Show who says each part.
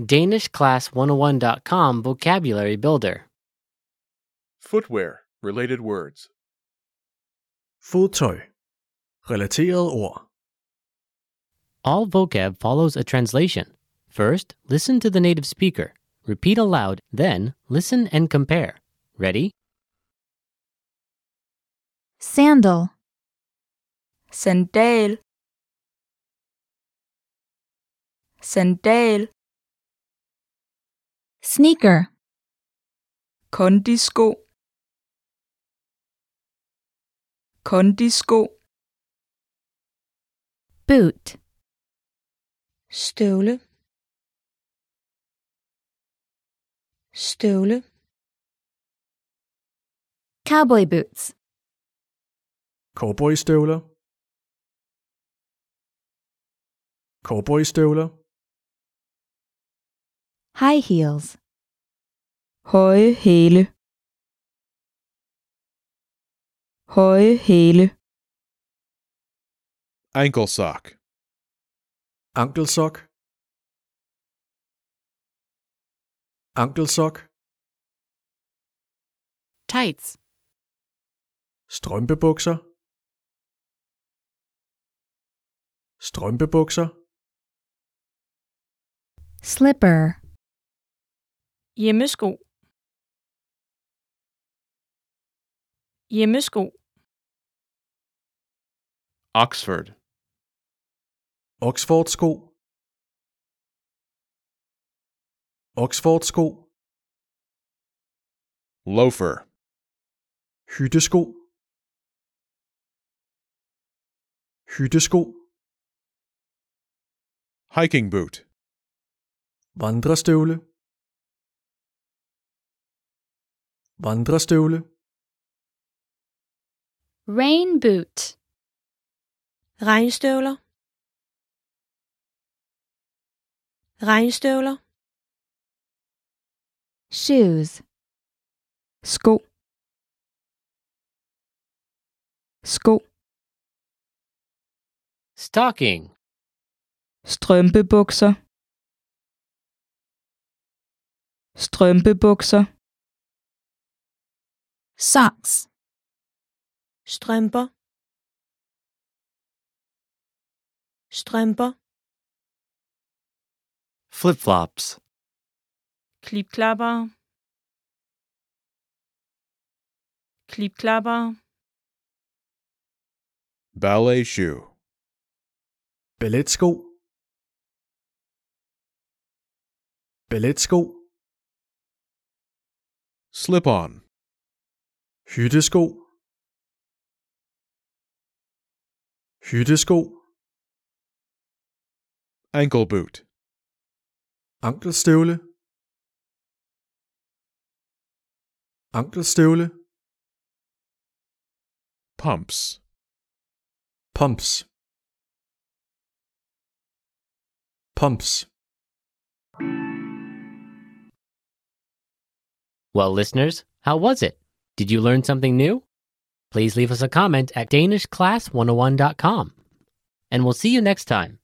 Speaker 1: DanishClass101.com Vocabulary Builder.
Speaker 2: Footwear related words.
Speaker 3: Fodtøj. Relaterede ord.
Speaker 1: All vocab follows a translation. First, listen to the native speaker. Repeat aloud, then, listen and compare. Ready?
Speaker 4: sandal,
Speaker 5: sandal sandal
Speaker 4: sneaker,
Speaker 5: kondisko kondisko
Speaker 4: boot,
Speaker 6: støvle støvle
Speaker 4: cowboy boots,
Speaker 3: Cowboystøvler. Cowboystøvler.
Speaker 4: high heels,
Speaker 5: høje hæle høje hæle
Speaker 7: ankle sock,
Speaker 3: Ankelsok. Ankelsok.
Speaker 6: tights,
Speaker 3: Strømpebukser. Strømpebukser.
Speaker 4: slipper,
Speaker 6: hjemmesko, hjemmesko,
Speaker 2: Oxford.
Speaker 3: Oxfordsko. Oxfordsko.
Speaker 7: loafer,
Speaker 3: Hyttesko. Hyttesko.
Speaker 7: hiking boot,
Speaker 3: Vandrestøvle. Vandrestøvle.
Speaker 4: rain boot,
Speaker 6: regnstøvler, regnstøvler,
Speaker 4: shoes,
Speaker 5: sko sko
Speaker 1: Stocking.
Speaker 5: strømpebukser strømpebukser
Speaker 4: socks,
Speaker 6: strømper, strømper,
Speaker 1: Flip flops.
Speaker 6: klipklapper, klipklapper,
Speaker 7: ballet shoe,
Speaker 3: Balletsko. Balletsko.
Speaker 7: slip on,
Speaker 3: Hyttesko. Hyttesko.
Speaker 7: ankle boot,
Speaker 3: Ankelstøvle. Ankelstøvle.
Speaker 7: pumps,
Speaker 3: Pumps. Pumps.
Speaker 1: Well, listeners, how was it? Did you learn something new? oh Please leave us a comment at DanishClass101.com. And we'll see you next time.